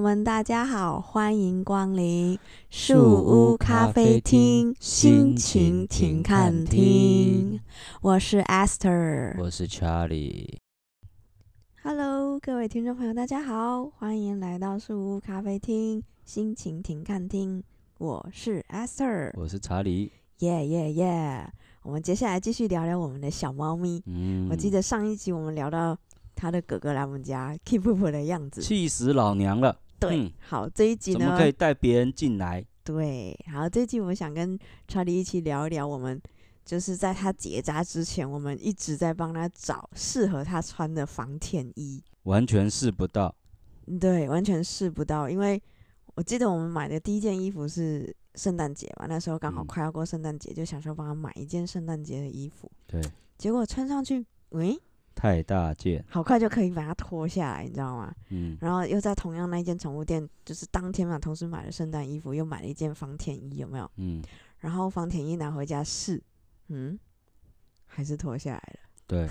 们大家好，欢迎光临树屋咖啡厅心情心停情停看看厅厅。我是 Esther。我是 Charlie， Hello，各位听众朋友，大家好，欢迎来到树屋咖啡厅心情停看厅。我是 Esther，我是查理。耶耶耶！我们接下来继续聊聊我们的小猫咪。嗯，我记得上一集我们聊到它的哥哥来我们家 keep up 的样子。气死老娘了，对，嗯好，这一集呢，怎么可以带别人进来？对，好，这期我们想跟查理一起聊一聊，我们就是在他结扎之前，我们一直在帮他找适合他穿的防舔衣。完全试不到，嗯对，完全试不到，因为我记得我们买的第一件衣服是圣诞节嘛，那时候刚好嗯快要过圣诞节，就想说帮他买一件圣诞节的衣服，对，结果穿上去，喂、太大件，好快就可以把它脱下来，你知道吗？嗯，然后又在同样那一间宠物店，就是当天嘛，同时买了圣诞衣服，又买了一件防舔衣，有没有？嗯，然后房田一拿回家试，嗯，还是脱下来了。 对，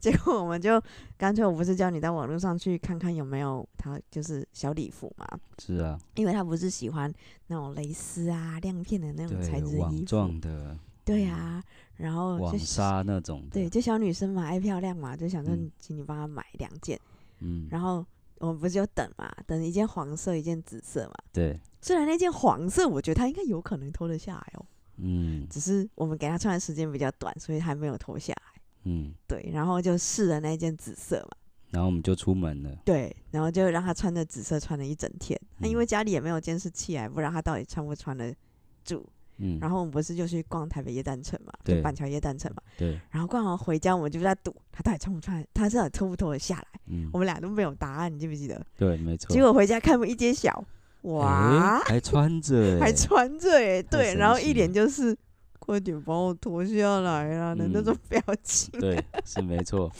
结果我们就干脆，我不是叫你到网络上去看看有没有他就是小礼服嘛？是啊，因为他不是喜欢那种蕾丝啊、亮片的那种材对，质的网衣状服，的对啊，然后网就纱那种的，对，就小女生嘛，爱漂亮嘛，就想说嗯请你帮她买两件，嗯，然后我们不是就等嘛，等一件黄色，一件紫色嘛。对，虽然那件黄色，我觉得她应该有可能脱得下来哦，嗯只是我们给她穿的时间比较短，所以还没有脱下来。嗯，对，然后就试了那件紫色嘛，然后我们就出门了，对，然后就让他穿着紫色穿了一整天。那、因为嗯家里也没有监视器啊，不知道他到底穿不穿得住。嗯，然后后我们不是就去逛台北夜诞城嘛，就对板桥夜诞城嘛。对，然后逛完回家，我们就在赌他到底穿不穿，他到底脱不脱得下来。嗯我，们俩都没有答案，你记不记得？对，没错，结果回家看不一揭晓，哇诶，还穿着 欸，还穿着哎、对，神然后奇一脸就是快点帮我脱下来啊的那嗯种表情。对，是没 错，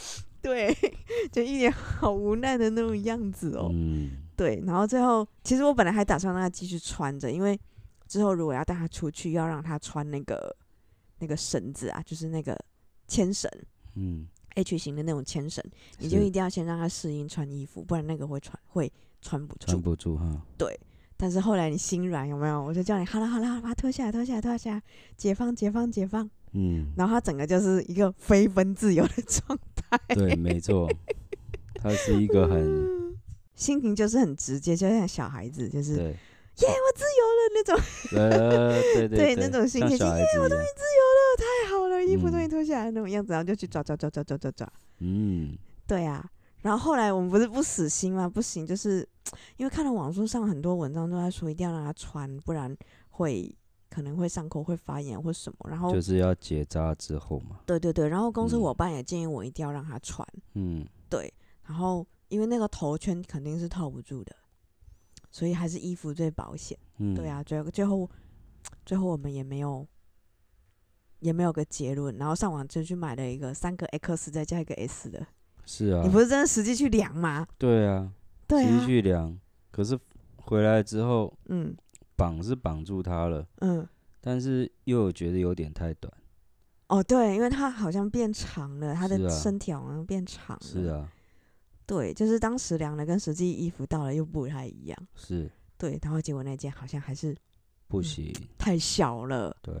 对， 就一脸好无奈的那种样子哦。嗯，对，然后最后其实我本来还打算让他继续穿着，因为之后如果要带他出去，要让他穿那个那个绳子啊，就是那个牵绳嗯， H 型的那种牵绳，你是就一定要先让他适应穿衣服，不然那个会穿会穿不穿住。不住哈，但是后来你心软有没有？我就叫你好了好了，把它脱下来脱下来脱下来，解放解放解放。嗯，然后他整个就是一个 飞奔自由的状态。 对，没错，他是一个很。心情就是很直接，就像小孩子，就是耶，对，我自由了那种，呃，对对对那种心像情小就孩耶子一样，自由了，太好了，衣服嗯终于脱下来那种样子，然后就去抓抓抓抓抓抓抓，嗯，对啊。然后后来我们不是不死心吗？不行，就是因为看到网络上很多文章都在说一定要让他穿，不然会可能会伤口、会发炎或什么。然后就是要结扎之后嘛，对对对，然后公司嗯伙伴也建议我一定要让他穿，嗯，对。然后因为那个头圈肯定是套不住的，所以还是衣服最保险。嗯对，啊，最后最后最后我们也没有也没有个结论，然后上网就去买了一个三个 X 再加一个 S 的，是啊你，不是真的实际去量吗？对啊，对继啊，续量，可是回来之后嗯绑是绑住它了，嗯，但是又有觉得有点太短，哦对，因为它好像变长了，它是的啊身体好像变长了，是，啊，对，就是当时量的跟实际衣服到了又不太一样，是对，然后结果那件好像还是不嗯行，太小了，对，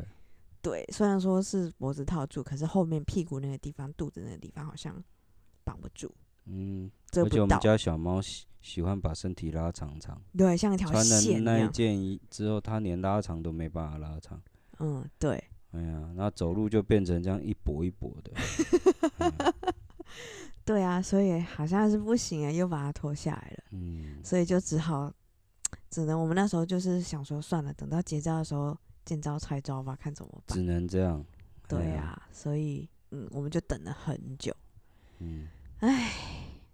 对，虽然说是脖子套住，可是后面屁股那个地方、肚子那个地方好像绑不住，嗯，遮而且不我们到，家小猫喜喜欢把身体拉长长，对，像一条穿了线一那一样。件衣之后，它连拉长都没办法拉长。嗯，对，哎呀，那走路就变成这样一跛一跛的，对啊，所以好像是不行哎，又把它脱下来了，嗯，所以就只好，只能我们那时候就是想说算了，等到结账的时候见招拆招吧，看怎么办只。能这样。哎对，啊，所以嗯，我们就等了很久。嗯，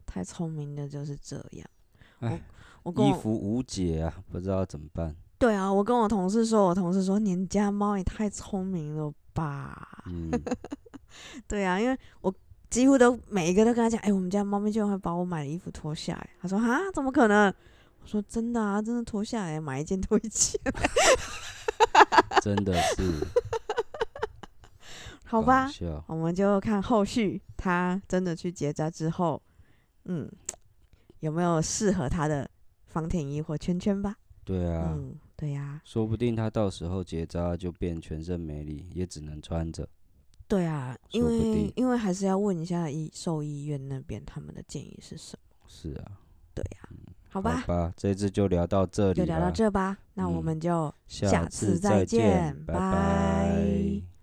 太聪明的就是这样。哎，我跟衣我服无解啊，不知道怎么办。对啊，我跟我同事说，我同事说你们家猫也太聪明了吧？嗯，对啊，因为我几乎都每一个都跟他讲，哎、我们家猫咪居然会把我买的衣服脱下来。他说哈，怎么可能？我说真的啊，真的脱下来，买一件脱一件，真的是 好吧搞？笑我们就看后续他真的去结扎之后，嗯，有没有适合他的方天一或圈圈吧。对啊，嗯，对呀、说不定他到时候结扎就变全身没力，也只能穿着。对啊，因说不为定因为还是要问一下医兽医院那边他们的建议是什么。是啊，对呀、好好啊吧，这次就聊到这里就了，聊到这吧。那我嗯们就下下次次再见见，拜拜拜